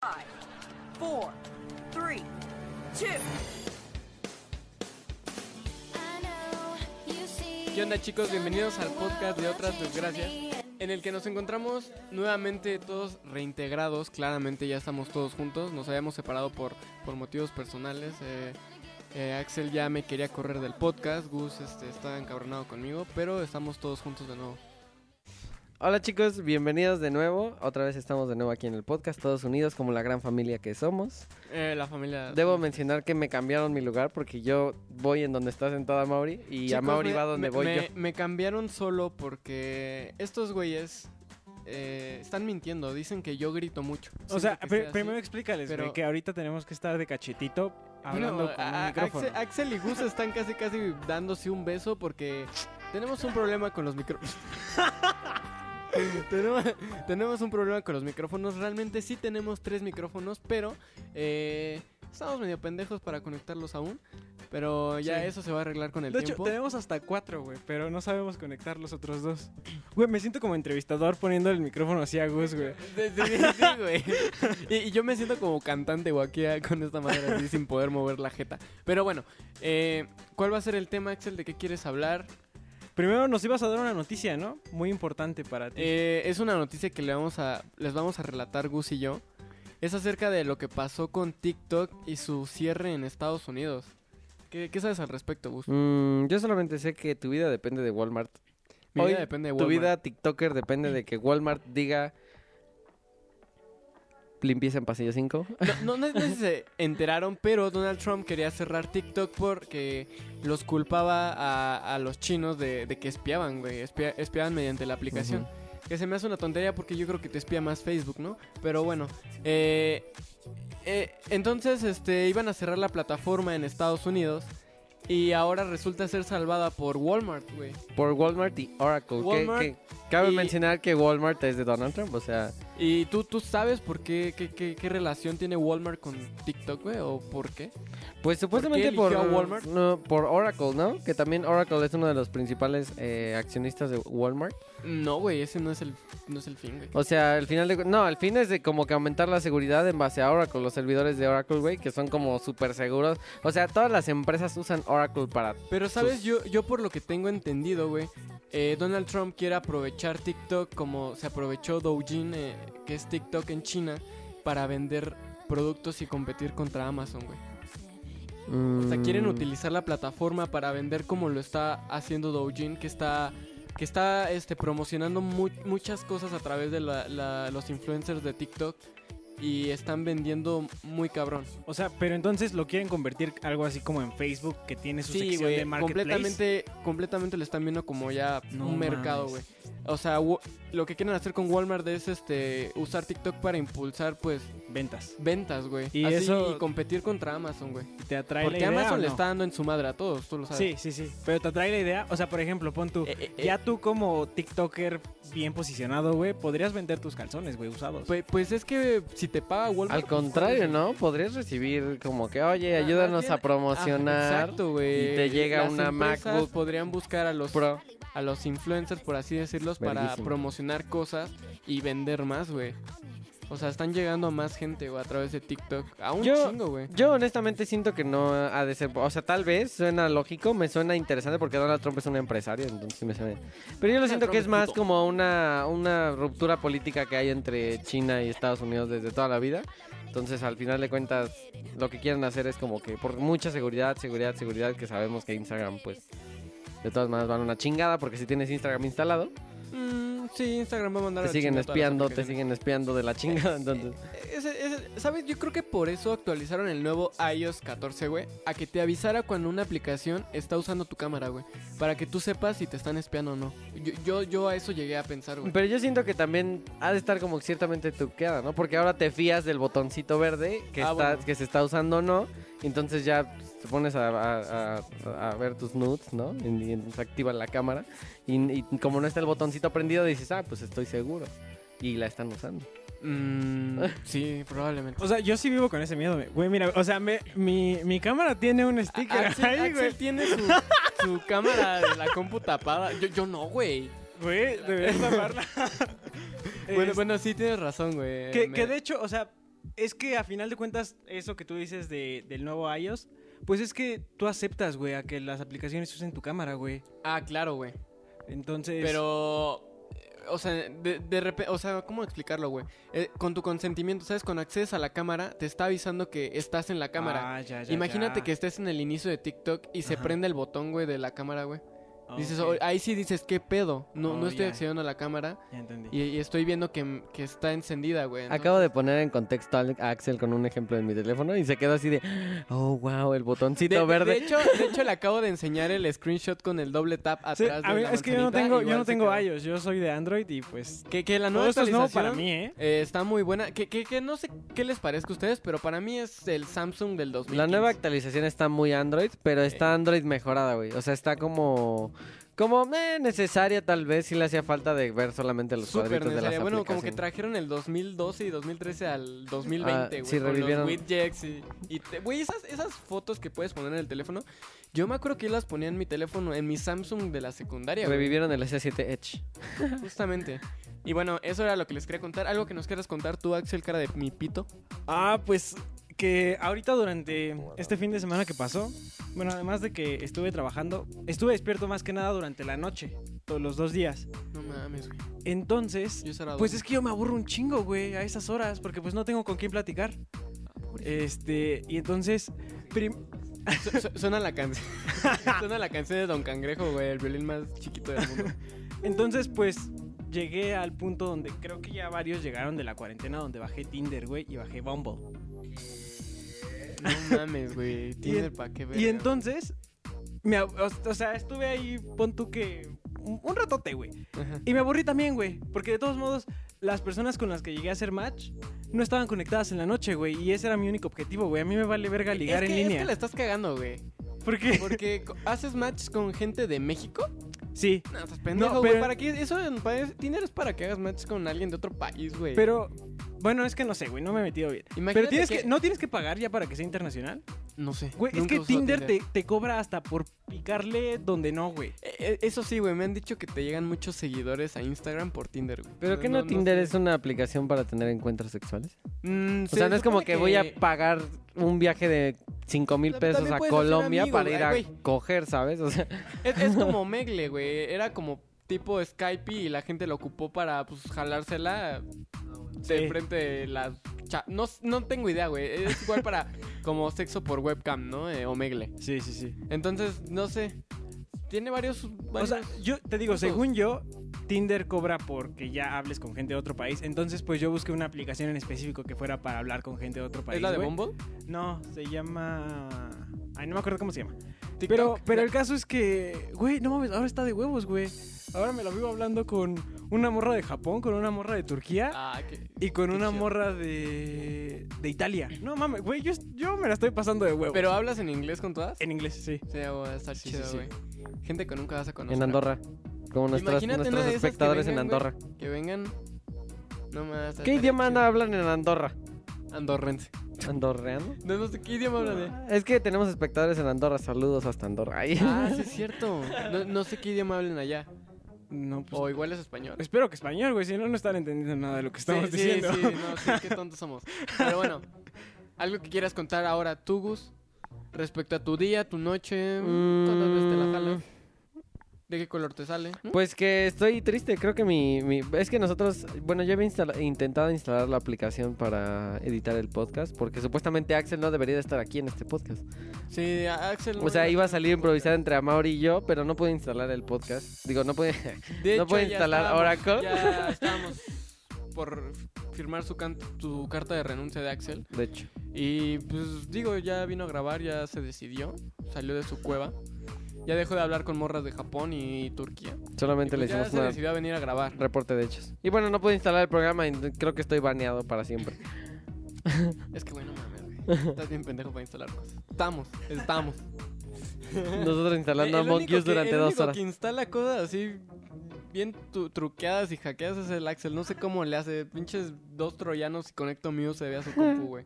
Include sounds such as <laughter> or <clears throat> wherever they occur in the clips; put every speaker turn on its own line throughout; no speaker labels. Five, four, three, two.
¿Qué onda chicos? Bienvenidos al podcast de Otras Desgracias, en el que nos encontramos nuevamente todos reintegrados, claramente ya estamos todos juntos, nos habíamos separado por, por motivos personales, eh, eh, Axel ya me quería correr del podcast, Gus este, está encabronado conmigo, pero estamos todos juntos de nuevo.
Hola chicos, bienvenidos de nuevo. Otra vez estamos de nuevo aquí en el podcast, todos unidos como la gran familia que somos.
Eh, la familia...
Debo mencionar que me cambiaron mi lugar porque yo voy en donde está sentada Mauri y a
Chicos,
Mauri
me-
va donde
me-
voy
me,
yo.
me cambiaron solo porque estos güeyes eh, están mintiendo, dicen que yo grito mucho. Siento
O sea,
que
pri-
sea así.
primero explícales, güey,
pero-
que ahorita tenemos que estar de cachetito hablando
Bueno,
con
a-
un
a-
micrófono.
Axel, Axel y Gus están casi casi dándose un beso porque tenemos un problema con los micrófonos. tenemos, tenemos un problema con los micrófonos. Realmente sí tenemos tres micrófonos, pero eh, estamos medio pendejos para conectarlos aún. Pero ya
Sí.
eso se va a arreglar con el
de hecho,
tiempo.
tenemos hasta cuatro, güey, pero no sabemos conectar los otros dos. <clears throat> Güey, me siento como entrevistador poniendo el micrófono así a Gus, güey.
Sí, sí, sí, güey. Y, y yo me siento como cantante guaquea con esta madre así sin poder mover la jeta. Pero bueno, eh, ¿cuál va a ser el tema, Axel? ¿De qué quieres hablar?
Primero nos ibas a dar una noticia, ¿no? Muy importante para ti.
Eh, es una noticia que le vamos a, les vamos a relatar Gus y yo. Es acerca de lo que pasó con TikTok y su cierre en Estados Unidos. ¿Qué, qué sabes al respecto, Gus?
Mm, yo solamente sé que tu vida depende de Walmart.
Mi
Hoy,
vida depende de
Tu
Walmart.
vida TikToker depende de que Walmart diga limpieza en pasillo 5.
No, no, no sé si se enteraron, pero Donald Trump quería cerrar TikTok porque los culpaba a, a los chinos de, de que espiaban, güey. espia- espiaban mediante la aplicación. Que se me hace una tontería porque yo creo que te espía más Facebook, ¿no? Pero bueno, eh, eh, entonces este, iban a cerrar la plataforma en Estados Unidos y ahora resulta ser salvada por Walmart, güey.
Por Walmart y Oracle. que-
Walmart
que, cabe
y-
mencionar que Walmart es de Donald Trump, o sea...
¿Y tú, tú sabes por qué, qué, qué, qué relación tiene Walmart con TikTok, güey? ¿O por qué?
Pues supuestamente
¿Por
por,
qué eligió a Walmart?
no, por Oracle, ¿no? Que también Oracle es uno de los principales eh, accionistas de Walmart.
No, güey, ese no es el, no es el fin, güey.
O sea, al final de... cu- No, al fin es de como que aumentar la seguridad en base a Oracle, los servidores de Oracle, güey, que son como súper seguros. O sea, todas las empresas usan Oracle para...
Pero sabes, yo, yo por lo que tengo entendido, güey, eh, Donald Trump quiere aprovechar TikTok como se aprovechó Douyin, eh, que es TikTok en China, para vender productos y competir contra Amazon, güey. O sea, quieren
Mm,
utilizar la plataforma para vender como lo está haciendo Douyin, que está que está este, promocionando mu- muchas cosas a través de la- la- los influencers de TikTok y están vendiendo muy cabrón.
o sea, pero entonces lo quieren convertir algo así como en Facebook, que tiene su sección de marketplace.
completamente, completamente lo están viendo como ya
No
un mercado, güey.
mames.
O sea, wo- lo que quieren hacer con Walmart es este usar TikTok para impulsar, pues,
Ventas.
ventas, güey.
Y
Así,
eso-
y competir contra Amazon, güey.
¿Te atrae
Porque
la idea
Amazon
o
le
no?
está dando en su madre a todos, tú lo sabes.
Sí, sí, sí. Pero te atrae la idea. O sea, por ejemplo, pon tú.
Eh, eh, eh,
Ya tú como TikToker bien posicionado, güey, podrías vender tus calzones, güey, usados.
Pues, pues es que si te paga Walmart.
Al
pues,
contrario,
¿cuál es el-
¿no? Podrías recibir como que, oye,
Ah, más
ayúdanos
bien-
a promocionar.
Ah, exacto, güey.
y te llega
Las
una
empresas
MacBook
Podrían buscar a los,
Pro.
a los influencers, por así decirlos, para
Verguísima.
promocionar cosas y vender más, güey. O sea, están llegando a más gente, güey, a través de TikTok. A un
Yo-
chingo, güey.
Yo honestamente siento que no ha de ser, o sea, tal vez suena lógico, me suena interesante porque Donald Trump es un empresario, entonces sí me suena. Pero yo lo siento
Trump
que
es
es más
puto.
como una, una ruptura política que hay entre China y Estados Unidos desde toda la vida. Entonces, al final de cuentas, lo que quieren hacer es como que por mucha seguridad, seguridad, seguridad, que sabemos que Instagram, pues, de todas maneras van una chingada porque si tienes Instagram instalado,
Mm, sí, Instagram va a mandar
te
a
siguen
chingar todas las
espiando, te
aplicaciones.
siguen espiando de la chingada, entonces.
Ese- ese- ¿Sabes? Yo creo que por eso actualizaron el nuevo iOS 14, güey. A que te avisara cuando una aplicación está usando tu cámara, güey. Para que tú sepas si te están espiando o no. Yo, yo, yo a eso llegué a pensar, güey.
Pero yo siento que también ha de estar como ciertamente tuqueada, ¿no? Porque ahora te fías del botoncito verde que,
Ah,
está,
bueno.
que se está usando o no. y Entonces ya pues, te pones a, a- a- a ver tus nudes, ¿no? Y, y entonces activa la cámara. Y, y como no está el botoncito prendido, dices, ah, pues estoy seguro. Y la están usando.
Mm, sí, probablemente.
O sea, yo sí vivo con ese miedo, güey. güey. Mira, o sea, me- mi, mi cámara tiene un sticker
Axel,
ahí,
Axel
güey.
tiene su, su
<laughs>
cámara de la compu tapada. Yo, yo no, güey.
Güey, deberías taparla.
<laughs>
<laughs>
Bueno,
Es-
bueno, sí tienes razón, güey.
Este, que,
Me-
que de hecho, o sea, Es que a final de cuentas, eso que tú dices de, del nuevo iOS, pues es que tú aceptas, güey, a que las aplicaciones usen tu cámara, güey.
Ah, claro, güey.
Entonces.
Pero, eh, o sea, de, repente, o sea, ¿cómo explicarlo, güey? Eh, con tu consentimiento, ¿sabes? Cuando accedes a la cámara, te está avisando que estás en la cámara.
Ah, ya, ya,
Imagínate
ya.
que estés en el inicio de TikTok y se
Ajá.
prende el botón, güey, de la cámara, güey.
Ah,
Dices,
ok,
"Oh, ahí sí dices, ¿qué pedo? No,
Oh,
no estoy
ya.
accediendo a la cámara
ya entendí.
y, y estoy viendo que, que está encendida, güey.
Ah,
¿no?
Acabo de poner en contexto a Axel con un ejemplo en mi teléfono y se quedó así de, oh, wow, el botoncito
De, de-
verde.
de hecho, de hecho, le acabo de enseñar el screenshot con el doble tap atrás.
Sí,
de
a mí-
la
es que yo no
manzanita,
tengo, yo
igual
no
se
tengo
quedó.
iOS, yo soy de Android y pues.
Que, que la
Todo
nueva
esto es nuevo para
actualización,
mí, ¿eh?
eh, está muy buena. Que, que, que no sé qué les parezca a ustedes, pero para mí es el Samsung del 2000.
La nueva actualización está muy Android, pero está Android mejorada, güey. O sea, está como... Como eh, necesaria tal vez, si le hacía falta de ver solamente los
Súper
cuadritos de las
necesaria. Bueno, como que
aplicaciones.
trajeron el 2012 y 2013 al 2020,
Ah,
güey.
sí,
con
revivieron.
los widgets y... y te- Güey, esas, esas fotos que puedes poner en el teléfono, yo me acuerdo que yo las ponía en mi teléfono, en mi Samsung de la secundaria, güey,
Revivieron el S7 Edge.
Justamente. Y bueno, eso era lo que les quería contar. Algo que nos quieras contar tú, Axel, cara de mi pito.
Ah, pues que ahorita durante este fin de semana que pasó, bueno, además de que estuve trabajando, estuve despierto más que nada durante la noche, todos los dos días.
No mames, güey.
Entonces,
Yo será
pues es que yo me aburro un chingo, güey, a esas horas, porque pues no tengo con quién platicar. Este, y entonces, prim-
Su- su- Suena la canción. <laughs> Suena la canción de Don Cangrejo, güey, el violín más chiquito del mundo.
entonces pues llegué al punto donde creo que ya varios llegaron de la cuarentena, donde bajé Tinder, güey, y bajé Bumble.
No mames, güey. Tinder pa' qué ver.
Y entonces, me, ab- o, o sea, estuve ahí, pon tú que. Un, un ratote, güey. Y me aburrí también, güey. Porque de todos modos, las personas con las que llegué a hacer match no estaban conectadas en la noche, güey. Y ese era mi único objetivo, güey. A mí me vale verga
Es
ligar
que,
en línea.
es que la estás cagando, güey.
¿Por qué?
Porque co- haces match con gente de México.
Sí.
No, estás pendejo,
No,
güey.
pero-
¿Para qué? Eso, en- para ese- Tinder es para que hagas match con alguien de otro país, güey.
Pero. Bueno, es que no sé, güey. No me he metido bien.
Imagínate
Pero tienes que...
que-
¿No tienes que pagar ya para que sea internacional?
No sé.
Güey, es
nunca
que
uso
Tinder te, te cobra hasta por picarle donde no, güey.
Eh, eh, Eso sí, güey, me han dicho que te llegan muchos seguidores a Instagram por Tinder, güey.
¿Pero qué no, Tinder es
sé.
una aplicación para tener encuentros sexuales?
Mm,
O
se
sea, no es como
supone
que, voy a pagar un viaje de 5 mil
Tam-
pesos
también
a
puedes hacer
Colombia
amigo,
para ir a
güey.
coger, ¿sabes? O sea,
Es, es como Megle, güey. Era como tipo Skype y la gente lo ocupó para pues jalársela de
Sí.
frente de las cha- no, no tengo idea, güey. Es igual para como sexo por webcam, ¿no? Eh, o Megle.
Sí, sí, sí.
Entonces, no sé. Tiene varios.
O
varios-
sea, yo te digo,
puntos.
según yo, Tinder cobra porque ya hables con gente de otro país. Entonces, pues yo busqué una aplicación en específico que fuera para hablar con gente de otro país.
¿Es la de
güey.
Bumble?
No, se llama. Ay, no me acuerdo cómo se llama.
TikTok.
Pero, pero el caso es que, güey, no mames, ahora está de huevos, güey. Ahora me lo vivo hablando con una morra de Japón, con una morra de Turquía
Ah, que-
y con
qué
una
chido.
morra de, de Italia. No mames, güey, yo, yo me la estoy pasando de huevos.
¿Pero hablas en inglés con todas?
en inglés, sí.
Sí, güey, está
Sí, sí,
chido,
sí.
güey. Gente que nunca vas a conocer.
en Andorra. Como nuestros,
Imagínate una
nuestros
de esas que
espectadores en
vengan, güey.
Andorra.
Que vengan. No más.
¿Qué idioma anda- hablan en Andorra?
Andorrense.
¿Andorreano?
No, no sé qué idioma hablan <laughs> de.
Ah, Es que tenemos espectadores en Andorra. Saludos hasta Andorra. Ay.
Ah,
<laughs>
sí es cierto. No, no sé qué idioma hablen allá.
No, pues.
O igual es español.
Espero que español, güey, si no, no están entendiendo nada de lo que estamos
sí,
diciendo.
Sí, sí,
<laughs>
no, sí, qué tontos somos. Pero bueno, algo que quieras contar ahora, tú, Gus, respecto a tu día, tu noche, ¿cuántas veces te la jalas? ¿De qué color te sale? ¿Mm?
Pues que estoy triste, creo que mi, mi- Es que nosotros... Bueno, yo había instala- intentado instalar la aplicación para editar el podcast, porque supuestamente Axel no debería de estar aquí en este podcast.
Sí, a- Axel.
O sea, iba a salir improvisada entre Amaury y yo, pero no pude instalar el podcast. Digo, no pude... <laughs>
De
no
hecho,
puede
ya
instalar
estábamos-
Oracle.
Ya estábamos por f- firmar su, can- su carta de renuncia de Axel.
De hecho.
Y pues digo, ya vino a grabar, ya se decidió, salió de su cueva. Ya dejó de hablar con morras de Japón y Turquía. Y
Solamente
pues
le
ya
hicimos
se
una
decidió a venir a grabar.
reporte de hechos. Y bueno, no pude instalar el programa y creo que estoy baneado
<laughs>
para siempre.
Es que bueno, mames,
<laughs>
güey. Estás bien pendejo para instalar cosas. Estamos, estamos. Eh,
Nosotros instalando
El
Among
único
Us
que-
durante
el
dos
único
horas.
que instala cosas así bien tu- truqueadas y hackeadas es el Axel. No sé cómo le hace. Pinches dos troyanos y conecto mío se ve a su
<laughs>
compu, güey.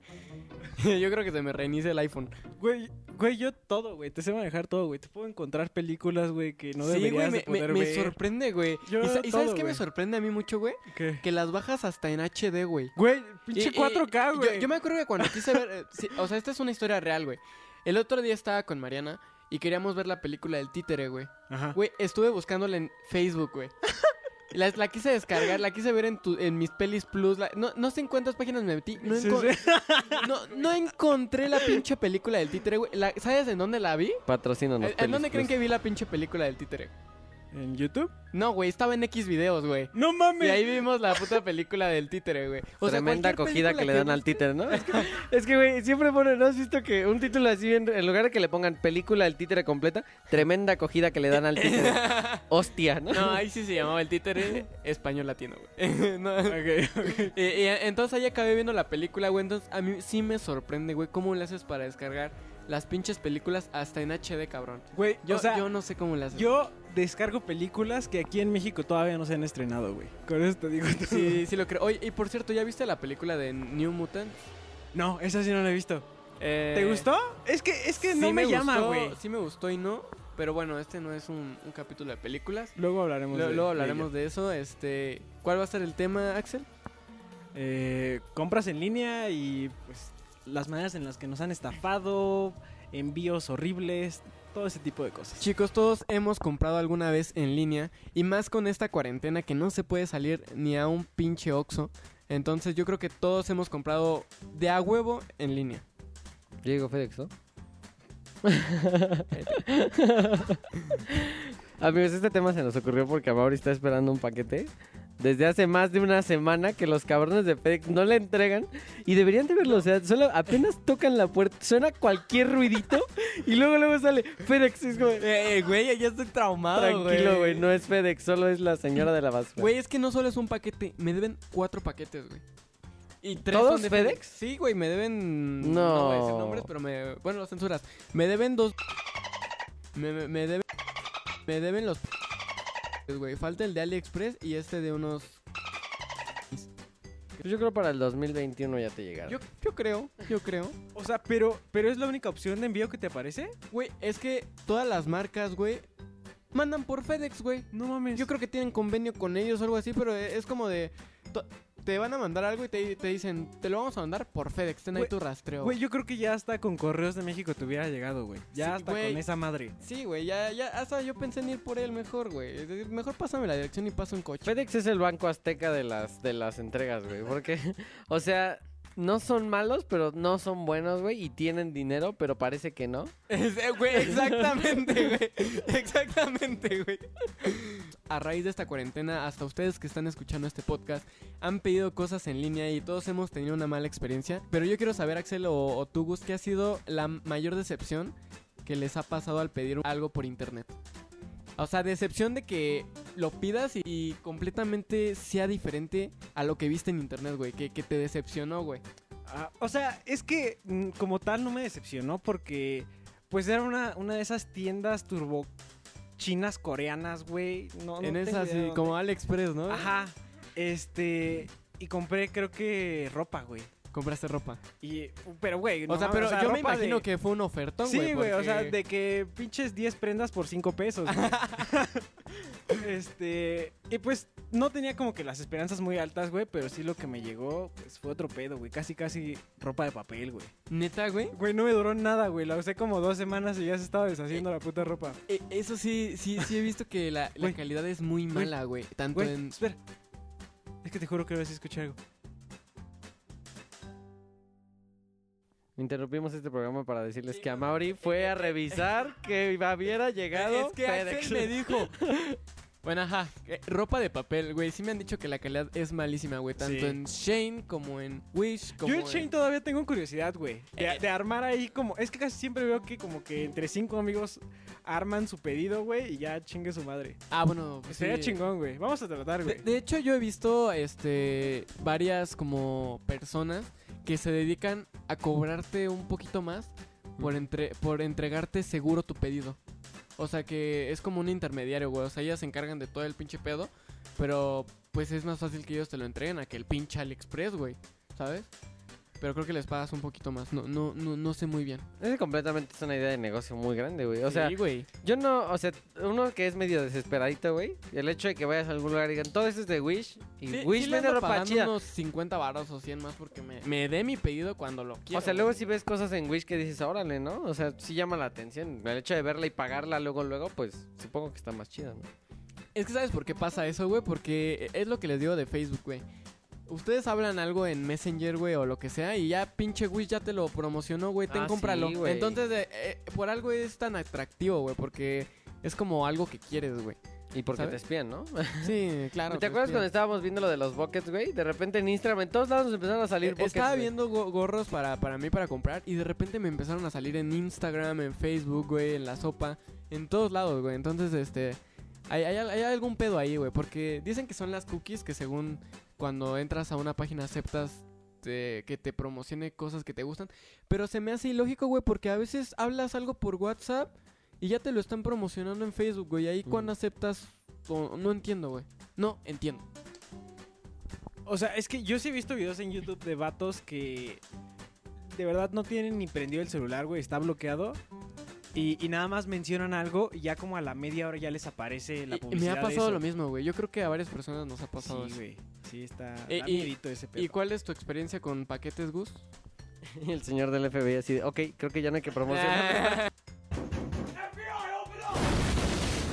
<laughs> Yo creo que se me reinicia el iPhone.
Güey, güey, yo todo, güey. Te sé manejar todo, güey. Te puedo encontrar películas, güey, que no
sí, güey,
deberías
me,
de poder
me- me
ver.
sorprende, güey.
Yo
¿Y, sa- y sabes
todo,
qué me
güey.
sorprende a mí mucho, güey?
¿Qué?
Que las bajas hasta en HD, güey.
Güey,
Y-
pinche
y-
4K,
yo-
güey.
Yo, me acuerdo que cuando quise ver. eh, sí, o sea, esta es una historia real, güey. El otro día estaba con Mariana y queríamos ver la película del títere, güey.
Ajá.
Güey, estuve buscándola en Facebook, güey. La, la quise descargar, la quise ver en, tu- en mis pelis plus. la- no, no sé en cuántas páginas me metí. No,
Sí,
encon-
sí.
no, no encontré la pinche película del títere, güey. La- ¿Sabes en dónde la vi?
Patrocínanos.
¿En, en dónde
Pelis
creen
Plus.
que vi la pinche película del títere?
¿En YouTube?
No, güey, estaba en X videos, güey.
No
Y
mames.
ahí vimos la puta película del títere, güey. O sea,
Tremenda
cualquier
acogida que
película
le dan al
busques-
títer, ¿no? <laughs> Es que, güey, siempre ponen, ¿no has visto que un título así, en, en lugar de que le pongan película del títere completa, tremenda acogida que le dan al títere? Hostia, ¿no?
No, ahí sí se llamaba el títere español latino, güey. <laughs> No. Y- y entonces ahí acabé viendo la película, güey. Entonces a mí sí me sorprende, güey, cómo le haces para descargar las pinches películas hasta en HD, cabrón.
Güey,
Yo,
o sea,
yo no sé cómo le haces.
Yo descargo películas que aquí en México todavía no se han estrenado, güey. Con eso te digo todo.
Sí, sí lo creo. Oye, y por cierto, ¿ya viste la película de New Mutant?
<laughs>
Eh,
No, esa sí no la he visto. ¿Te gustó? Es que, es que
sí
no me, llama,
gustó,
güey.
Sí me gustó y no. Pero bueno, este no es un, un capítulo de películas.
Luego hablaremos
Lo-
de
luego hablaremos de eso. Este, ¿Cuál va a ser el tema, Axel?
Eh, compras en línea y pues las maneras en las que nos han estafado, envíos horribles, todo ese tipo de cosas.
Chicos, todos hemos comprado alguna vez en línea y más con esta cuarentena que no se puede salir ni a un pinche Oxxo. Entonces yo creo que todos hemos comprado de a huevo en línea.
Diego Félix, ¿no? <laughs> Amigos, este tema se nos ocurrió porque Mauri está esperando un paquete desde hace más de una semana que los cabrones de FedEx no le entregan y deberían de verlo. O sea, solo apenas tocan la puerta, suena cualquier ruidito y luego luego sale FedEx. y es como,
Eh, güey, ya estoy traumado.
Ah, Tranquilo, güey, no es FedEx, solo es la señora de la basura.
Güey, es que no solo es un paquete, me deben cuatro paquetes, güey. ¿Y tres
¿Todos
son de
FedEx?
Sí, güey, me deben...
No.
voy a decir nombres, pero me... Bueno, los censuras. Me deben dos... Me, me- me deben... Me deben los... Güey, falta el de AliExpress y este de unos...
Pues yo creo para el 2021 ya te llegaron.
Yo, yo creo, yo creo.
O sea, pero, pero es la única opción de envío que te aparece.
Güey, es que todas las marcas, güey, mandan por FedEx, güey.
No mames.
Yo creo que tienen convenio con ellos o algo así, pero e- es como de... to- Te van a mandar algo y te, te dicen, te lo vamos a mandar por FedEx, ten ahí
Güey,
tu rastreo.
Güey, yo creo que ya hasta con Correos de México te hubiera llegado, güey. Ya
Sí,
hasta
güey.
con esa madre.
Sí, güey, ya, ya, hasta yo pensé en ir por él mejor, güey. Es decir, Mejor pásame la dirección y paso un coche.
FedEx es el banco azteca de las, de las entregas, güey. Porque, <laughs> o sea, no son malos, pero no son buenos, güey. Y tienen dinero, pero parece que no.
Ese, eh, Güey, exactamente, güey. Exactamente, güey. A raíz de esta cuarentena, hasta ustedes que están escuchando este podcast han pedido cosas en línea y todos hemos tenido una mala experiencia. Pero yo quiero saber, Axel o, o tú, Gus, ¿qué ha sido la mayor decepción que les ha pasado al pedir algo por internet? O sea, decepción de que lo pidas y, y completamente sea diferente a lo que viste en internet, güey. Que, que te decepcionó, güey.
Ah, o sea, es que mm, como tal no me decepcionó porque pues era una, una de esas tiendas turbo chinas coreanas, güey. No, no
en
tengo
esa,
idea
así,
dónde.
como AliExpress, ¿no?
Ajá. Este, y compré creo que ropa, güey.
Compraste ropa.
Y pero güey,
o sea, pero yo me
ropa
imagino
de-
que fue un ofertón, güey.
Sí, güey, o sea,
porque-
de que pinches 10 prendas por 5 pesos.
<laughs>
güey. este, y pues no tenía como que las esperanzas muy altas, güey, pero sí lo que me llegó pues, fue otro pedo, güey, casi casi ropa de papel, güey.
Neta, güey.
Güey, no me duró nada, güey. La usé como dos semanas y ya se estaba deshaciendo la puta ropa.
Eh, eso sí, sí, sí he visto que la, la
Güey.
calidad es muy
Güey.
mala, güey. Tanto
Güey,
en.
espera. Es que te juro que ahora sí escuché algo.
Interrumpimos este programa para decirles que a Mauri fue
<laughs>
a revisar que hubiera llegado <laughs> FedEx.
dijo. Bueno, ajá. eh, ropa de papel, güey. Sí me han dicho que la calidad es malísima, güey. Tanto
Sí.
en Shane como en Wish. Como Eh.
Yo en
en-
Shane todavía tengo curiosidad, güey. De, de armar ahí como... Es que casi siempre veo que como que entre cinco amigos arman su pedido, güey, y ya chingue su madre.
Ah, bueno. pues
Sería
sí.
chingón, güey. Vamos a tratar,
De,
güey.
de hecho, yo he visto este varias como personas que se dedican a cobrarte un poquito más por entre por entregarte seguro tu pedido. O sea que es como un intermediario, güey. O sea, ellas se encargan de todo el pinche pedo. Pero pues es más fácil que ellos te lo entreguen a que el pinche AliExpress, güey. ¿Sabes? Pero creo que les pagas un poquito más. No, no, no, no sé muy bien.
Es completamente es una idea de negocio muy grande, güey. O sea,
Sí, güey.
yo no, o sea, uno que es medio desesperadito, güey. El hecho de que vayas a algún lugar y digan, todo esto es de Wish. Y
Sí,
Wish
sí le
vende
ando
ropa
pagando
chida.
unos 50 baros o 100 más porque me, me dé mi pedido cuando lo quiero.
O sea, luego
güey.
si ves cosas en Wish que dices, órale, ¿no? O sea, sí llama la atención. El hecho de verla y pagarla luego, luego, pues supongo que está más chida, ¿no?
Es que ¿sabes por qué pasa eso, güey? Porque es lo que les digo de Facebook, güey. Ustedes hablan algo en Messenger, güey, o lo que sea, y ya pinche Wish ya te lo promocionó, güey, ten,
Ah, sí,
cómpralo.
güey.
Entonces, eh, eh, por algo es tan atractivo, güey, porque es como algo que quieres, güey.
Y porque
¿Sabes?
te espían, ¿no?
Sí, claro.
<laughs> ¿Te acuerdas cuando estábamos viendo lo de los buckets, güey? De repente en Instagram, en todos lados nos empezaron a salir buckets.
Eh, E, Estaba
güey.
viendo go- gorros para, para mí para comprar y de repente me empezaron a salir en Instagram, en Facebook, güey, en la sopa, en todos lados, güey. Entonces, este, hay, hay, al- hay algún pedo ahí, güey, porque dicen que son las cookies que según cuando entras a una página aceptas eh, que te promocione cosas que te gustan, pero se me hace ilógico, güey, porque a veces hablas algo por WhatsApp y ya te lo están promocionando en Facebook, güey. Ahí
Mm.
cuando aceptas, O- no entiendo, güey. No entiendo.
O sea, es que yo sí he visto videos en YouTube de vatos que de verdad no tienen ni prendido el celular, güey, está bloqueado. Y, y nada más mencionan algo y ya como a la media hora ya les aparece la
Y- y
publicidad.
me ha
de
pasado
eso.
lo mismo, güey. Yo creo que a varias personas nos ha pasado
Sí,
eso.
güey. Sí, está.
Eh,
da
y-
miedito ese pedo.
¿Y cuál es tu experiencia con paquetes Gus?
Y el señor del FBI así de, ok, creo que ya no hay que
Ah.
promocionar.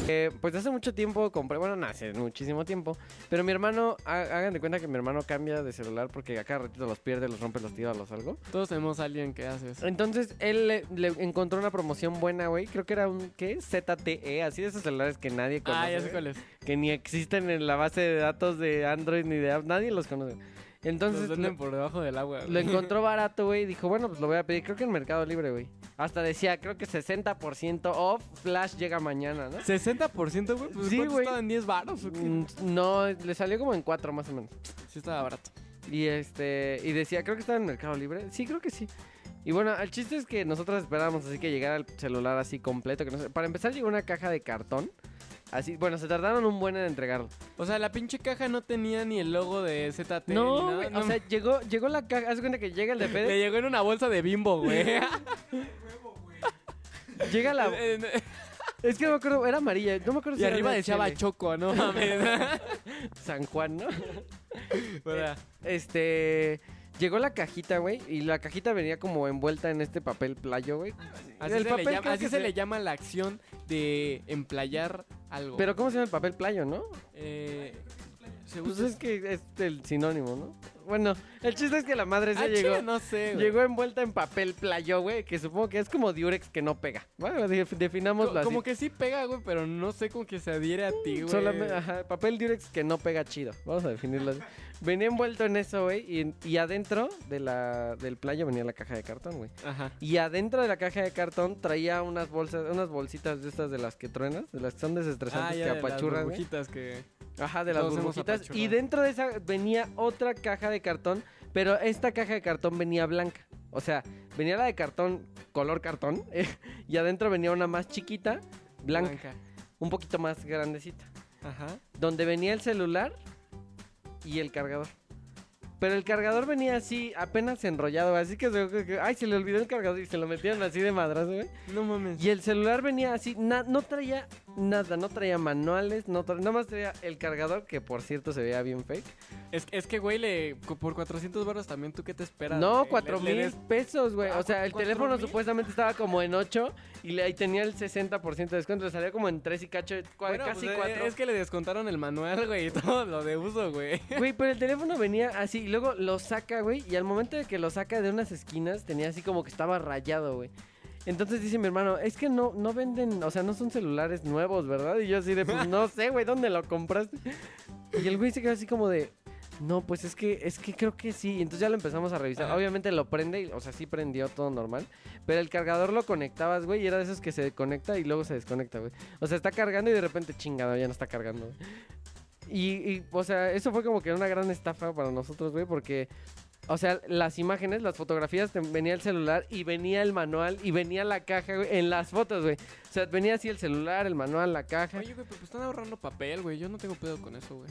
Eh, pues hace mucho tiempo compré, bueno, no hace muchísimo tiempo, pero mi hermano, ha- hagan de cuenta que mi hermano cambia de celular porque a cada ratito los pierde, los rompe, los tira, los algo.
<laughs> Todos tenemos a alguien que hace eso.
Entonces él le, le encontró una promoción buena, güey, creo que era un, ¿qué? ZTE, así de esos celulares que nadie conoce.
Ah, ya sé
güey,
cuál es.
Que ni existen en la base de datos de Android ni de app, nadie los conoce. Entonces
Los venden por debajo del agua.
Lo
güey.
encontró barato, güey. y Dijo, bueno, pues lo voy a pedir. Creo que en Mercado Libre, güey. Hasta decía, creo que 60% off. Flash llega mañana, ¿no?
60%, güey. Pues
Sí,
¿cuánto
güey.
estaba en 10 baros? o qué?
Mm, No, le salió como en 4 más o menos.
Sí, estaba barato.
Y este, y decía, creo que estaba en Mercado Libre. Sí, creo que sí. Y bueno, el chiste es que nosotros esperábamos así que llegara el celular así completo. Que no sé- Para empezar, llegó una caja de cartón. Así, bueno, se tardaron un buen en entregarlo.
O sea, la pinche caja no tenía ni el logo de ZT. ni
No,
nada,
güey,
no
o sea, llegó, llegó la caja. Haz de cuenta que llega el de
me- le <laughs>
FedEx.
llegó en una bolsa de bimbo,
<laughs>
güey. <laughs>
llega la.
Eh,
Es que no me acuerdo, era amarilla. No me acuerdo
y
era
arriba decía
DHL.
Bachoco,
<laughs>
no mames.
San Juan, ¿no? <laughs>
O sea,
Este. Llegó la cajita, güey. Y la cajita venía como envuelta en este papel playo, güey.
así
El
se, le
papel
llama,
creo
así
que
se
se-
le llama la acción de emplayar algo.
Pero ¿cómo se llama el papel playo, no?
Eh, según
Pues
yo-
es que es el sinónimo, ¿no? Bueno, el chiste es que la madre
Ah,
se
chile,
llegó.
no sé, güey.
Llegó envuelta en papel playo, güey, que supongo que es como diurex que no pega. Bueno, de-
Co-
definámoslo así.
Como que sí pega, güey, pero no sé como que se adhiere a ti, güey.
Solamente, ah, ajá, papel Durex que no pega chido. Vamos a definirlo así. Venía envuelto en eso, güey. Y, y adentro de la, del playo venía la caja de cartón, güey.
Ajá.
Y adentro de la caja de cartón traía unas bolsas, unas bolsitas de estas de las que truenas, de las que son
Ah,
desestresantes
ya,
que
de las
apachurran. güey.
burbujitas que...
Ajá, de las
Todos hemos
burbujitas. Y
apachurrado.
dentro de esa venía otra caja de cartón, pero esta caja de cartón venía blanca. O sea, venía la de cartón, color cartón, <laughs> y adentro venía una más chiquita, blanca, un poquito más grandecita.
Ajá.
Donde venía el celular y el cargador. Pero el cargador venía así, apenas enrollado, así que se, ay, se le olvidó el cargador y se lo metieron así de madrazo, güey.
No mames.
Y el celular venía así, na- no traía nada, no traía manuales, no tra- nada más traía el cargador, que por cierto se veía bien fake.
Es, es que, güey, le... co- por 400 baros también, ¿tú qué te esperas?
no,
güey?
cuatro
Le- le
mil
des-
pesos, güey.
Ah,
O sea, el
¿cuatro
teléfono
mil?
supuestamente estaba como en 8 y le- ahí tenía el 60% de descuento, le salía como en 3 y cacho, cua-
Bueno,
casi
pues, eh,
4.
Es que le descontaron el manual, güey, <laughs> y todo lo de uso, güey.
Güey, pero el teléfono venía así y luego lo saca, güey, y al momento de que lo saca de unas esquinas tenía así como que estaba rayado, güey. Entonces dice mi hermano, es que no, no venden, o sea, no son celulares nuevos, ¿verdad? Y yo así de, pues no sé, güey, ¿dónde lo compraste? Y el güey se quedó así como de, no, pues es que, es que creo que sí. Y entonces ya lo empezamos a revisar.
Ajá.
Obviamente lo prende, y- o sea, sí prendió todo normal. Pero el cargador lo conectabas, güey, y era de esos que se conecta y luego se desconecta, güey. O sea, está cargando y de repente, chingado, ya no está cargando. güey. Y, y, o sea, eso fue como que una gran estafa para nosotros, güey, porque O sea, las imágenes, las fotografías, te- venía el celular y venía el manual y venía la caja, güey, en las fotos, güey. O sea, venía así el celular, el manual, la caja.
Oye, güey, pero pues están ahorrando papel, güey. Yo no tengo pedo con eso, güey.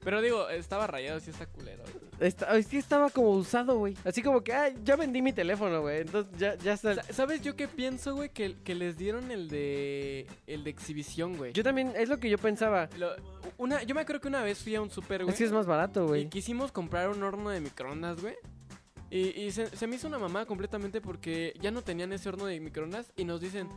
Pero digo, estaba rayado, sí está culero. güey.
Esta- ay, sí estaba como usado, güey. Así como que, ah, ya vendí mi teléfono, güey. Entonces ya, ya está.
Sa- ¿Sabes yo qué pienso, güey? Que, que les dieron el de el de exhibición, güey.
Yo también, es lo que yo pensaba.
Lo- una, yo me acuerdo que una vez fui a un super, güey.
Es que es más barato,
Y
güey.
quisimos comprar un horno de microondas, güey. Y, y se, se me hizo una mamada completamente porque ya no tenían ese horno de microondas y nos dicen,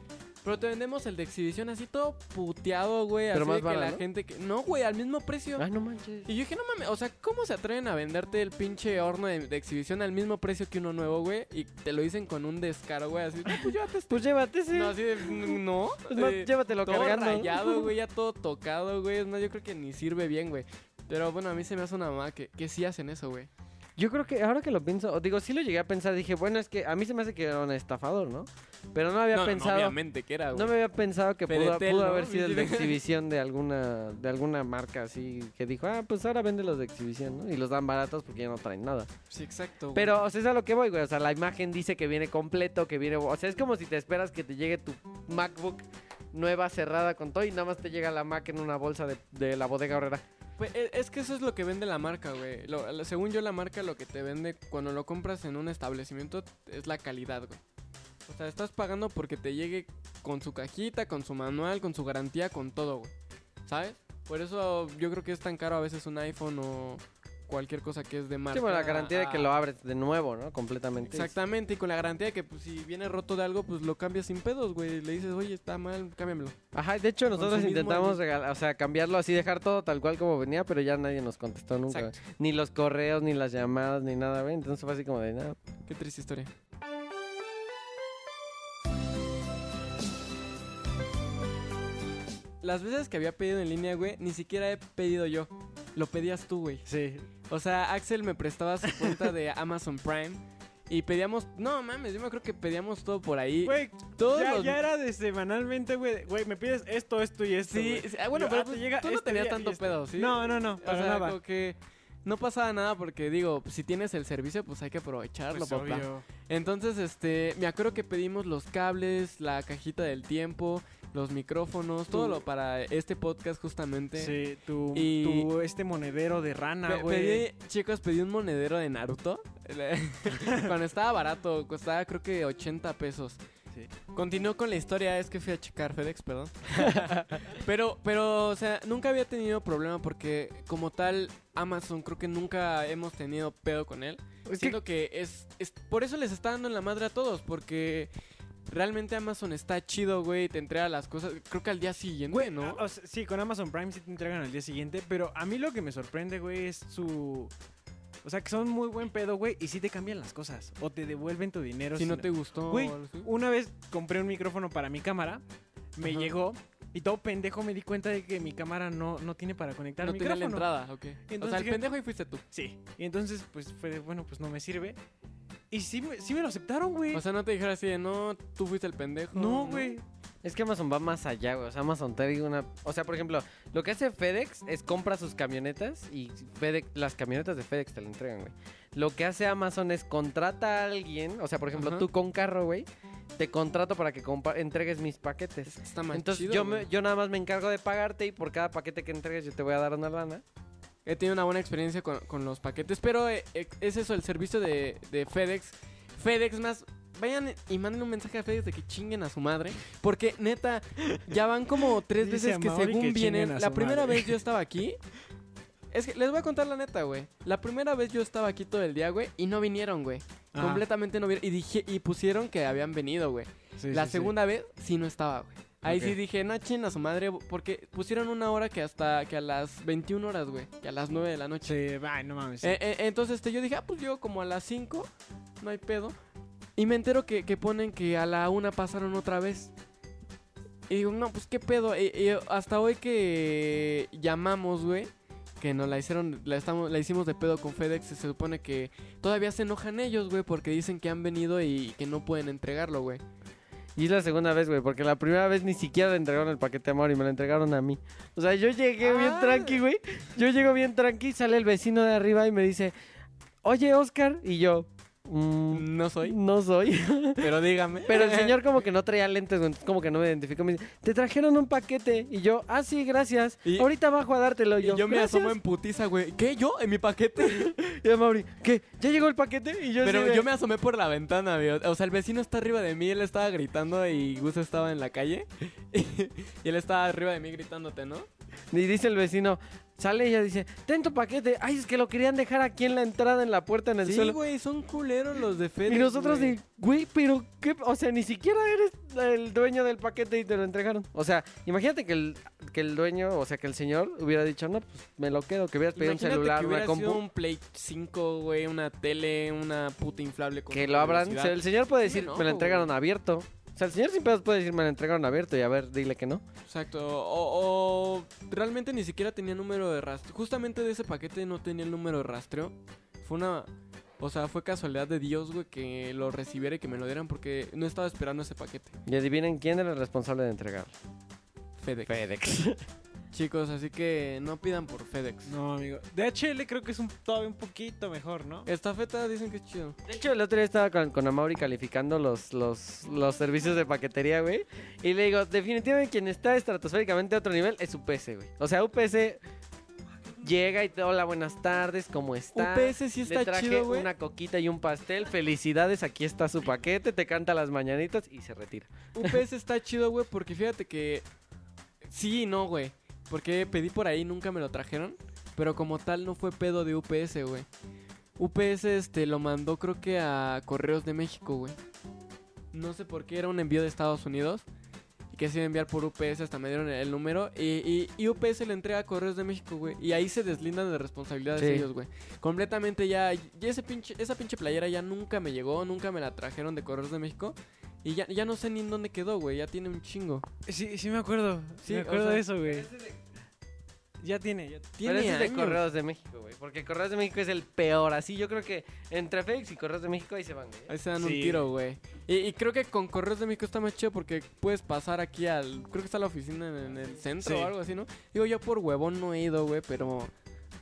pero te vendemos el de exhibición así todo puteado, güey.
Pero
así
más
de que
barato,
la
¿no?
gente que... No, güey, al mismo precio.
Ah, no manches.
Y yo dije, no mames, o sea, ¿cómo se atreven a venderte el pinche horno de, de exhibición al mismo precio que uno nuevo, güey? Y te lo dicen con un descaro, güey, así. "No,
<laughs>
pues llévate este".
Pues llévate ese.
No, así de, no.
Pues más,
eh,
llévatelo
todo
cargando.
rayado, güey, ya todo tocado, güey. No, yo creo que ni sirve bien, güey. Pero bueno, a mí se me hace una mamá que, que sí hacen eso, güey.
<laughs> Yo creo que ahora que lo pienso, o digo, sí lo llegué a pensar, dije, bueno, es que a mí se me hace que era un estafador, ¿no? Pero no había
No, no,
pensado. No,
obviamente que era, güey.
me había pensado que pudo,
Fedetel,
pudo
¿no?
haber
<laughs>
sido el de exhibición de alguna, de alguna marca así que dijo, ah, pues ahora vende los de exhibición, ¿no? Y los dan baratos porque ya no traen nada.
Sí, exacto, güey.
Pero, o sea, es a lo que voy, güey. O sea, la imagen dice que viene completo, que viene. O sea, es como si te esperas que te llegue tu MacBook nueva, cerrada con todo, y nada más te llega la Mac en una bolsa de, de la bodega horrera.
Pues, e- es que eso es lo que vende la marca, güey. Lo- lo- según yo, la marca lo que te vende cuando lo compras en un establecimiento es la calidad, güey. O sea, estás pagando porque te llegue con su cajita, con su manual, con su garantía, con todo, güey. ¿Sabes? Por eso yo creo que es tan caro a veces un iPhone o cualquier cosa que es de marca.
Sí, bueno, la garantía de que lo
Ah,
abres de nuevo, ¿no? Completamente.
Exactamente, y con la garantía de que pues, si viene roto de algo, pues lo cambias sin pedos, güey. Le dices, oye, está mal, cámbiamelo.
Ajá, de hecho nosotros
su mismo
intentamos
año.
regalar, o sea, cambiarlo así, dejar todo tal cual como venía, pero ya nadie nos contestó nunca.
Exacto.
Ni los correos, ni las llamadas, ni nada, güey. Entonces fue así como de nada.
Qué triste historia. Las veces que había pedido en línea, güey, ni siquiera he pedido yo. Lo pedías tú, güey.
Sí.
O sea, Axel me prestaba su cuenta
<laughs>
de Amazon Prime y pedíamos. No mames, yo me creo que pedíamos todo por ahí.
Güey,
todos
ya,
los-
ya era de semanalmente, güey. de, Güey, me pides esto, esto y esto.
Sí,
güey.
sí, ah, bueno,
Yo,
pero
ah,
pues,
te llega
tú no
este
tenías
día y
tanto
este.
pedo, ¿sí?
No, no, no,
O
para
sea,
nada.
como que no pasaba nada porque digo, si tienes el servicio, pues hay que aprovecharlo,
Pues,
papá.
obvio.
Entonces, este, me acuerdo que pedimos los cables, la cajita del tiempo, los micrófonos, todo
Tú.
lo para este podcast justamente.
Sí, tu,
Y-
tu este monedero de
Pe-
rana, güey.
pedí, chicos, pedí un monedero de Naruto. <laughs> Cuando estaba barato, costaba creo que 80 pesos.
Sí.
Continuó con la historia, es que fui a checar FedEx,
<laughs>
perdón. pero, pero, o sea, nunca había tenido problema porque como tal Amazon creo que nunca hemos tenido pedo con él.
Es que-
Siento que es, es- Por eso les está dando en la madre a todos, porque realmente Amazon está chido, güey. Te entrega las cosas. Creo que al día siguiente,
Güey,
¿no?
ah, o sea, sí, con Amazon Prime sí te entregan al día siguiente, pero a mí lo que me sorprende, güey, es su... O sea, que son muy buen pedo, güey, y sí te cambian las cosas. O te devuelven tu dinero.
si no te gustó.
Güey,
o algo así.
Una vez compré un micrófono para mi cámara, me
Ajá.
llegó, y todo pendejo me di cuenta de que mi cámara no, no tiene para conectar
no
al
tenía
micrófono.
la entrada, ok. o
Entonces
sea, el
dije-
pendejo ahí fuiste tú.
Sí. Y entonces, pues, fue de, bueno, pues no me sirve. Y sí, me- sí me lo aceptaron, güey.
O sea, no te dijera así de no, tú fuiste el pendejo.
no, güey.
Es que Amazon va más allá, güey. O sea, Amazon trae una... O sea, por ejemplo, lo que hace FedEx es compra sus camionetas y FedEx, las camionetas de FedEx te la entregan, güey. Lo que hace Amazon es contrata a alguien. O sea, por ejemplo,
Ajá.
tú con carro, güey, te contrato para que compa- entregues mis paquetes.
Es que está más
Entonces
chido,
yo, me-
güey.
yo nada más me encargo de pagarte y por cada paquete que entregues yo te voy a dar una lana.
He tenido una buena experiencia con, con los paquetes, pero eh, eh, es eso, el servicio de, de FedEx. FedEx más, vayan y manden un mensaje a FedEx de que chinguen a su madre, porque neta, ya van como tres
Dice
veces que
Amaury
según
que chinguen
vienen.
a
La
su
primera
madre.
vez yo estaba aquí. Es que les voy a contar la neta, güey. La primera vez yo estaba aquí todo el día, güey, y no vinieron, güey.
Ajá.
Completamente no vinieron. Y, dije, y pusieron que habían venido, güey.
Sí,
La
sí, sí.
segunda vez sí no estaba, güey. Ahí
Ok.
sí dije, no chinguen a su madre, porque pusieron una hora que hasta que a las 21 horas, güey, que a las 9 de la noche.
Sí, ay, no mames.
Eh, eh, entonces este, yo dije, ah, pues llego como a las 5, no hay pedo. Y me entero que, que ponen que a la 1 pasaron otra vez. Y digo, no, pues qué pedo. Y, y hasta hoy que llamamos, güey, que nos la hicieron, la, estamos, la hicimos de pedo con FedEx, y se supone que todavía se enojan ellos, güey, porque dicen que han venido y que no pueden entregarlo, güey.
Y es la segunda vez, güey, porque la primera vez ni siquiera le entregaron el paquete a Mauri, me lo entregaron a mí. O sea, yo llegué bien
Ah.
tranqui, güey. Yo llego bien tranqui, sale el vecino de arriba y me dice, oye, Oscar, y yo, "Mm,
No soy, <laughs>
no soy.
pero dígame.
Pero el señor como que no traía lentes, güey, entonces como que no me identificó. Me dice, te trajeron un paquete. Y yo, ah, sí, gracias.
Y-
Ahorita bajo a dártelo.
<laughs> Y yo me
"Gracias".
asomo en putiza, güey. ¿Qué? ¿Yo? ¿En mi paquete?
Y a Mauri, ¿qué? ¿Ya llegó el paquete? Y yo así
Pero
de-
yo me asomé por la ventana, güey. O sea, el vecino está arriba de mí, él estaba gritando y Gus estaba en la calle. <laughs> Y, él estaba arriba de mí gritándote, ¿no?
Y dice el vecino, sale y ella dice, ten tu paquete. Ay, es que lo querían dejar aquí en la entrada, en la puerta, en el
Sí,
suelo.
güey, son culeros los de FedEx.
Y nosotros
güey.
de, güey, pero qué, o sea, ni siquiera eres el dueño del paquete y te lo entregaron. O sea, imagínate que el, que el dueño, o sea, que el señor hubiera dicho, no, pues me lo quedo, que hubieras pedido
Imagínate
un celular,
que
una
hubiera
compu.
sido un Play 5, güey, una tele, una puta inflable con
Que lo abran. O sea,
velocidad.
el señor puede
Sí,
decir,
me
me lo
enojo,
entregaron
güey.
abierto. O sea, el señor sin pedos puede decir, me lo entregaron abierto y a ver, dile que no.
Exacto. O, o realmente ni siquiera tenía número de rastreo. Justamente de ese paquete no tenía el número de rastreo. Fue una. O sea, fue casualidad de Dios, güey, que lo recibiera y que me lo dieran porque no estaba esperando ese paquete.
Y adivinen quién era el responsable de entregar.
FedEx.
FedEx.
<laughs> Chicos, así que no pidan por FedEx.
No, amigo. DHL creo que es un, todavía un poquito mejor, ¿no?
Estafeta dicen que es chido.
De hecho, el otro día estaba con, con Amaury calificando los, los, los servicios de paquetería, güey. Y le digo, definitivamente quien está estratosféricamente a otro nivel es UPS, güey. O sea, UPS llega y te hola, buenas tardes, ¿cómo está?
UPS sí
le
está
traje
chido, güey.
una coquita y un pastel. Felicidades, aquí está su paquete. Te canta las mañanitas y se retira.
UPS está chido, güey, porque fíjate que. Sí y no, güey. Porque pedí por ahí, nunca me lo trajeron. Pero como tal, no fue pedo de UPS, güey. UPS este, lo mandó, creo que a Correos de México, güey. No sé por qué, era un envío de Estados Unidos. Y que se iba a enviar por UPS, hasta me dieron el número. Y, y- y UPS le entrega a Correos de México, güey. Y ahí se deslindan de responsabilidades
Sí.
ellos, güey. Completamente ya. Y ese pinche, esa pinche playera ya nunca me llegó, nunca me la trajeron de Correos de México. Y ya, ya no sé ni en dónde quedó, güey. Ya tiene un chingo.
Eh, Sí, sí me acuerdo.
Sí,
Sí, me acuerdo
o sea,
de eso, güey. Ya tiene, ya
Tiene
Pero ese es de
años.
Correos de México, güey. Porque Correos de México es el peor. Así yo creo que entre FedEx y Correos de México ahí se van, güey.
Ahí se dan un
Sí.
tiro, güey. Y, y creo que con Correos de México está más chido porque puedes pasar aquí al. Creo que está la oficina en, en el centro
Sí.
o algo así, ¿no? Digo, yo por huevón no he ido, güey, pero.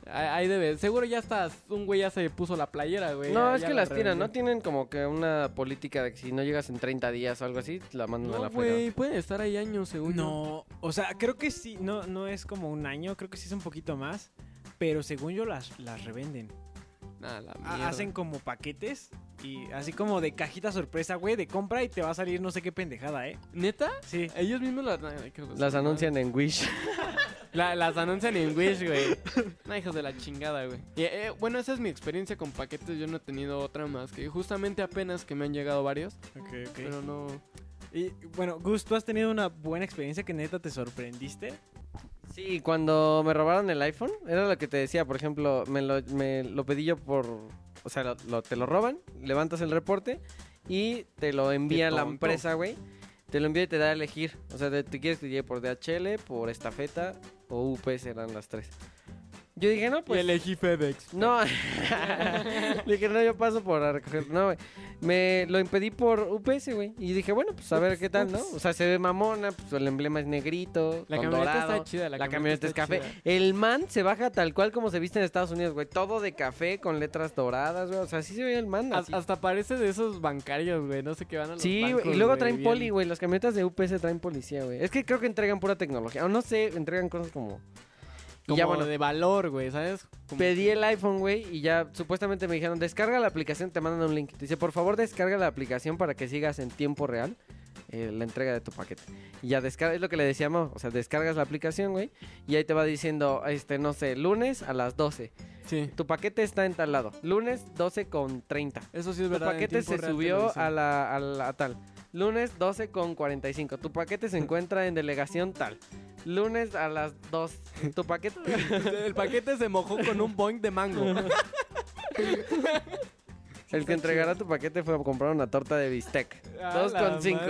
Ahí ahí debe. Seguro ya está. Un güey ya se puso la playera, güey.
No,
ya-
es
ya
que
la
las tiran, ¿no?
revendió.
Tienen como que una política de que si no llegas en 30 días o algo así, la mandan a la
No,
fregada.
güey, pueden estar ahí años, según yo.
No, o sea, creo que sí, no, no es como un año, creo que sí es un poquito más, pero según yo las, las revenden.
Nah, la
Ah,
Ha-
mierda.
Hacen como paquetes y así como de cajita sorpresa, güey, de compra y te va a salir no sé qué pendejada, ¿eh?
¿Neta?
Sí.
Ellos mismos las. ay, hijos de su
Las
madre.
anuncian en Wish.
La- las anuncian en Wish, güey. <laughs> No, hijos de la chingada, güey. Y, eh, bueno, esa es mi experiencia con paquetes. Yo no he tenido otra más que justamente apenas que me han llegado varios. Pero no.
Ah, Y bueno, Gus, ¿tú has tenido una buena experiencia que neta te sorprendiste?
Sí, cuando me robaron el iPhone, era lo que te decía, por ejemplo, me lo, me lo pedí yo por... O sea, lo- lo- te lo roban, levantas el reporte y te lo envía la
tonto.
empresa, güey. Te lo envía y te da a elegir. O sea, te, te quieres que llegue por DHL, por estafeta o UPS, eran las tres. Yo dije, no, pues...
y elegí FedEx.
No, <laughs> dije, no, yo paso por a recoger. No, güey. Me lo impedí por UPS, güey. Y dije, bueno, pues a ver qué tal, ¿no? O sea, se ve mamona, pues el emblema es negrito.
La
con
camioneta
dorado.
está chida.
La,
La,
camioneta es
está
café.
chida.
El man se baja tal cual como se viste en Estados Unidos, güey. Todo de café con letras doradas, güey. O sea, así se ve el man.
Has-
así.
hasta parece de esos bancarios, güey. No sé qué van a los
Sí, güey.
bancos,
Y luego
güey,
traen
bien.
poli, güey. Las camionetas de UPS traen policía, güey. Es que creo que entregan pura tecnología. O no sé, entregan cosas como. Y
Como
ya, bueno.
de valor, güey, ¿sabes? Como-
Pedí el iPhone, güey, y ya supuestamente me dijeron, descarga la aplicación, te mandan un link. Te dice, por favor, descarga la aplicación para que sigas en tiempo real eh, la entrega de tu paquete. Y ya descarga, es lo que le decíamos, o sea, descargas la aplicación, güey, y ahí te va diciendo, este, no sé, lunes a las 12.
Sí.
Tu paquete está en tal lado. Lunes 12 con 30.
Eso sí es
Tu
verdad. en
paquete
tiempo
se
real te lo
subió
dicen.
a la, a la- a tal. Lunes 12 con 45. Tu
<laughs>
paquete se encuentra en delegación tal. Lunes a las 2. Tu paquete...
<laughs> El paquete se mojó con un boing de <laughs> mango.
El que entregará tu paquete fue a comprar una torta de bistec. Dos con cinco.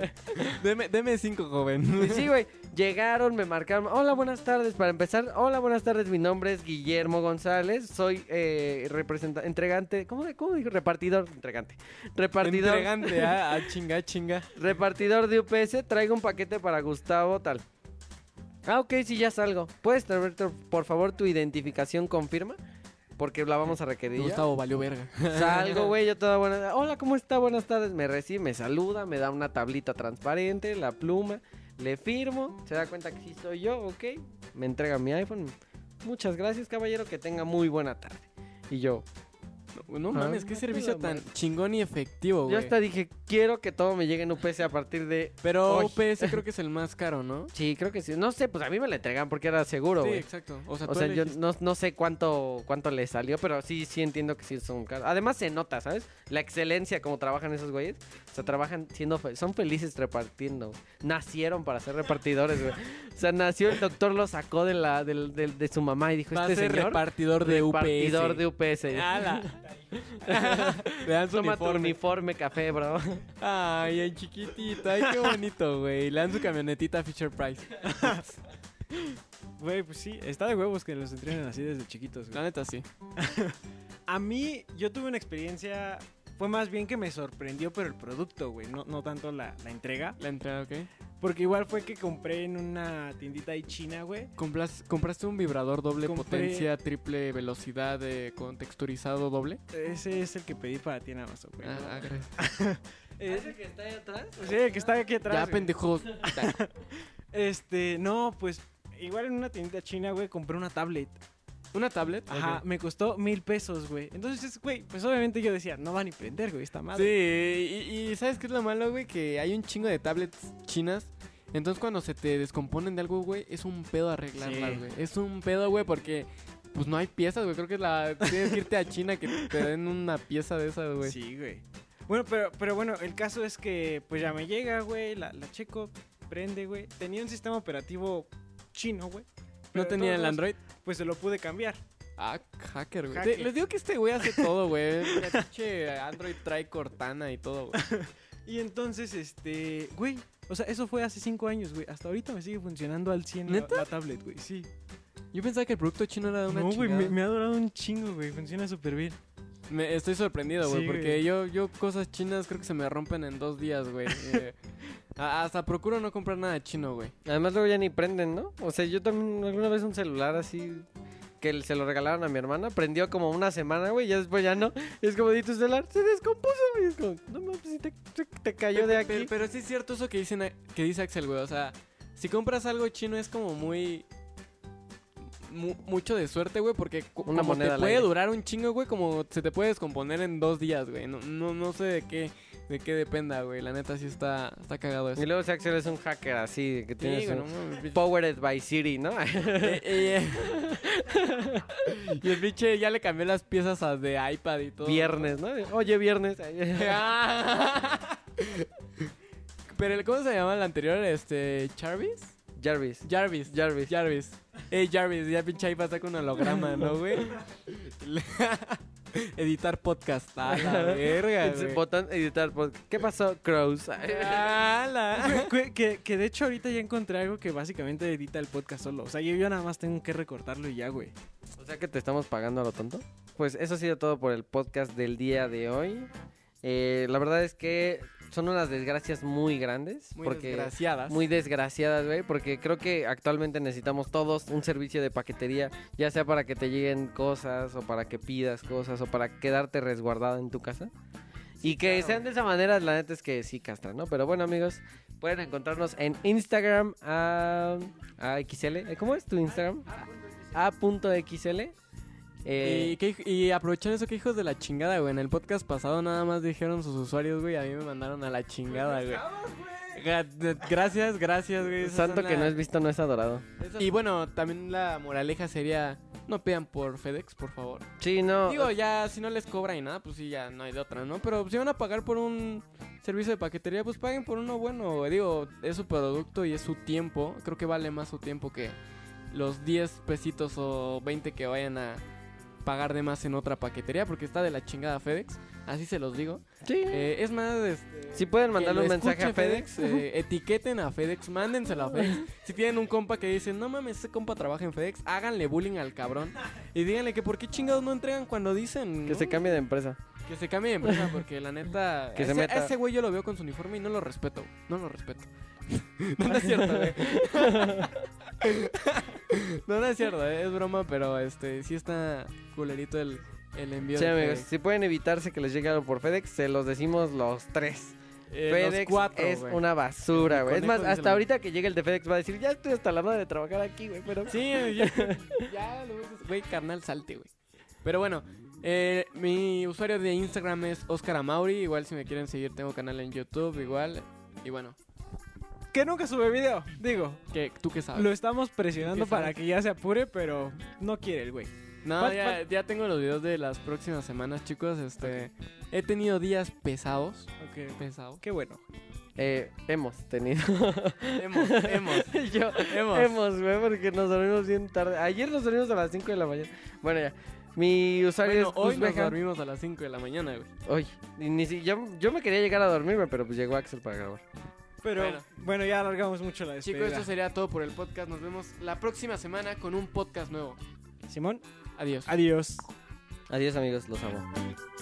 <laughs> deme, deme cinco, joven.
<laughs> Y sí, güey. Llegaron, me marcaron. Hola, buenas tardes. Para empezar, hola, buenas tardes. Mi nombre es Guillermo González. Soy eh, representante, entregante. ¿Cómo, cómo digo? Repartidor. Entregante. Repartidor.
Entregante, ah, ah, chinga,
<laughs>
chinga.
Repartidor de UPS. Traigo un paquete para Gustavo, tal. Ah, ok, sí, ya salgo. ¿Puedes traer, tu- por favor, tu identificación confirma? porque la vamos a requerir. ya.
Gustavo valió verga.
Salgo, güey, yo toda buena. Hola, ¿cómo está? Buenas tardes. Me recibe, me saluda, me da una tablita transparente, la pluma, le firmo, se da cuenta que sí soy yo, ok. Me entrega mi iPhone. Muchas gracias, caballero, que tenga muy buena tarde. Y yo,
No, <laughs> no
Ah,
mames, qué
no te
servicio
la
tan
madre.
chingón y efectivo,
yo
güey.
hasta dije, quiero que todo me llegue en UPS a partir de.
Pero
hoy".
UPS creo que es el más caro, ¿no?
Sí, creo que sí. No sé, pues a mí me la entregan porque era seguro,
sí,
güey.
exacto. O sea,
O
tú
sea, yo
elegiste-
no, no sé cuánto, cuánto le salió, pero sí, sí entiendo que sí son caros. Además se nota, ¿sabes? La excelencia como trabajan esos güeyes. O sea, trabajan siendo... fe- Son felices repartiendo. Nacieron para ser repartidores, güey. O sea, nació el doctor, lo sacó de, la, del- del- de, su mamá y dijo,
va
este
a ser
señor...
repartidor de UPS.
repartidor de UPS.
¡Hala!
<laughs>
Le dan su
Toma tu
Ah, uniforme.
uniforme café, bro.
Ay, el chiquitito. Ay, qué bonito, güey. Le dan su camionetita a Fisher Price.
Güey, pues sí, está de huevos que los entrenen así desde chiquitos,
La
güey.
neta, sí.
A mí, yo tuve una experiencia. Fue más bien que me sorprendió, pero el producto, güey, no, no tanto la, la entrega.
La entrada, ¿ok?
Porque igual fue que compré en una tiendita ahí china, güey.
Compras- ¿Compraste un vibrador doble
Compré-
potencia, triple velocidad, eh, con texturizado doble?
Ah,
Ese es el que pedí para ti en Amazon, güey.
Ah, gracias.
Eh,
que <laughs> está ahí atrás?
sí, el que está aquí atrás.
Ya,
güey.
pendejos.
Este, no, pues igual en una tiendita china, güey, compré una tablet.
¿Una tablet?
Ajá,
Ok.
me costó mil pesos, güey. Entonces, güey, pues obviamente yo decía, no va ni prender, güey, esta
Sí,
madre.
y, y ¿sabes qué es lo malo, güey? Que hay un chingo de tablets chinas. Entonces, cuando se te descomponen de algo, güey, es un pedo arreglarlas,
Sí.
güey. Es un pedo, güey, porque pues no hay piezas, güey. Creo que es la tienes que irte a China que te den una pieza de esas, güey.
Sí, güey. Bueno, pero, pero bueno, el caso es que pues ya me llega, güey, la, la checo, prende, güey. Tenía un sistema operativo chino, güey. pero
¿No
de
tenía
todos
el
modos,
Android?
Pues se lo pude cambiar.
Ah, hacker, güey.
Hacker.
Te- Les digo que este güey hace todo, güey. La pinche Android trae Cortana y todo, güey.
Y entonces, este, güey, o sea, eso fue hace cinco años, güey. Hasta ahorita me sigue funcionando al 100 la,
¿Neta?
la tablet, güey, sí.
Yo pensaba que el producto chino era de una
No, güey, me,
chingada.
me ha durado un chingo, güey. Funciona súper bien.
Me- estoy sorprendido, güey,
Sí,
porque
güey.
yo yo cosas chinas creo que se me rompen en dos días, güey. Eh, a- hasta procuro no comprar nada chino, güey.
Además luego ya ni prenden, ¿no? O sea, yo también alguna vez un celular así que se lo regalaron a mi hermana, prendió como una semana, güey, ya después ya no. Es como, di tu celular, se descompuso, güey. Es como, no mames, si te, te- te cayó de
Pe-
aquí.
pe- Pero, sí es cierto eso que, dicen, a- que dice Axel, güey. O sea, si compras algo chino es como muy... mu- mucho de suerte, güey, porque cu-
Una
como
moneda
te
al
puede
aire.
durar un chingo, güey, como se te puede descomponer en dos días, güey. No, no, no sé de qué, de qué dependa, güey. La neta sí está, está cagado eso.
Y luego si Axel es un hacker así, que
Sí,
tiene
güey,
su...
no mames, pinche-
<laughs> Powered by Siri, ¿no? <laughs>
Eh, eh, eh. <laughs> y el pinche ya le cambió las piezas a de iPad y todo.
viernes, ¿no? Oye, viernes. <laughs>
Ah. <laughs> Pero el- ¿cómo se llama el anterior? Este. Jarvis?
Jarvis.
Jarvis.
Jarvis.
Jarvis. Ey, Jarvis, ya pinche iPad saca un holograma, ¿no, güey? <laughs> Le- Editar podcast. A
<laughs>
la verga,
Ese
güey.
Botón editar. podcast. ¿Qué pasó, Crows?
A la-
Güey, güey, que, que de hecho ahorita ya encontré algo que básicamente edita el podcast solo. O sea, yo, yo nada más tengo que recortarlo y ya, güey.
O sea que te estamos pagando a lo tonto. Pues eso ha sido todo por el podcast del día de hoy. Eh, la verdad es que son unas desgracias muy grandes.
Muy
porque
desgraciadas.
Muy desgraciadas, güey. Porque creo que actualmente necesitamos todos un servicio de paquetería. Ya sea para que te lleguen cosas o para que pidas cosas o para quedarte resguardada en tu casa. Y que sean de esa manera, la neta es que sí castra, ¿no? Pero bueno, amigos, pueden encontrarnos en Instagram a, a XL. Eh, ¿Cómo es tu Instagram? A.xl. Eh,
Y, que- y aprovechando eso que hijos de la chingada, güey. En el podcast pasado nada más dijeron sus usuarios, güey. A mí me mandaron a la chingada, güey. Gra- Gracias, gracias, güey. Esas
santo
son
que no
la-
es visto, no es adorado.
Y bueno, también la moraleja sería: no pedan por FedEx, por favor.
Sí, no.
Digo, ya si no les cobra y nada, pues sí, ya no hay de otra, ¿no? Pero si van a pagar por un servicio de paquetería, pues paguen por uno bueno. güey. Digo, es su producto y es su tiempo. Creo que vale más su tiempo que los 10 pesitos o 20 que vayan a pagar de más en otra paquetería, porque está de la chingada FedEx. Así se los digo.
sí.
Eh, es más, este,
si pueden mandarle un
que lo
mensaje a
escuche
FedEx. <laughs>
eh, etiqueten a FedEx, mándenselo a FedEx. si tienen un compa que dice, no mames, ese compa trabaja en FedEx, háganle bullying al cabrón. Y díganle que por qué chingados no entregan cuando dicen.
que
¿no?
se cambie de empresa.
Que se cambie de
<laughs>
empresa, porque la neta.
Que se
ese,
meta.
ese güey yo lo veo con su uniforme y no lo <laughs>
<laughs>
respeto. No lo respeto. no, no es cierto, güey. eh. <laughs> No, no es cierto, eh, es broma, pero este sí está culerito el, el envío.
Sí,
de
amigos,
FedEx.
si pueden evitarse que les llegue algo por FedEx, se los decimos los tres.
Eh, los
FedEx
cuatro,
es
güey.
una basura,
El
güey. Es
conejo
más,
dice
hasta
lo-
ahorita que llegue el de FedEx va a decir, ya estoy hasta la madre de trabajar aquí, güey, pero...
Sí, ya, <laughs> ya lo ves, güey, carnal, salte, güey. Pero bueno, eh, mi usuario de Instagram es Oscar Amauri. Igual si me quieren seguir, tengo canal en YouTube, igual. Y bueno,
Que nunca sube video. Digo,
¿qué, ¿tú qué sabes?
lo estamos presionando
¿Qué
para
sabes?
que ya se apure, pero no quiere el güey.
No,
Pat-
ya, ya tengo los videos de las próximas semanas, chicos. Este, he tenido días pesados. Pesados.
Qué bueno.
Eh, hemos tenido... <laughs>
Hemos, hemos,
Yo,
<laughs> hemos.
hemos, güey, porque nos dormimos bien tarde. Ayer nos dormimos a las 5 de la mañana. Bueno, ya. Mi usuario
Bueno, hoy
es
nos
Kuzbeja.
dormimos a las 5 de la mañana, güey.
Hoy. Y ni si- yo, yo me quería llegar a dormirme, pero pues llegó Axel para grabar.
Pero
Bueno.
bueno, ya alargamos mucho la
Chicos,
despedida.
esto sería todo por el podcast. Nos vemos la próxima semana con un podcast nuevo.
Simón,
Adiós.
adiós.
Adiós, amigos, los amo.
Thank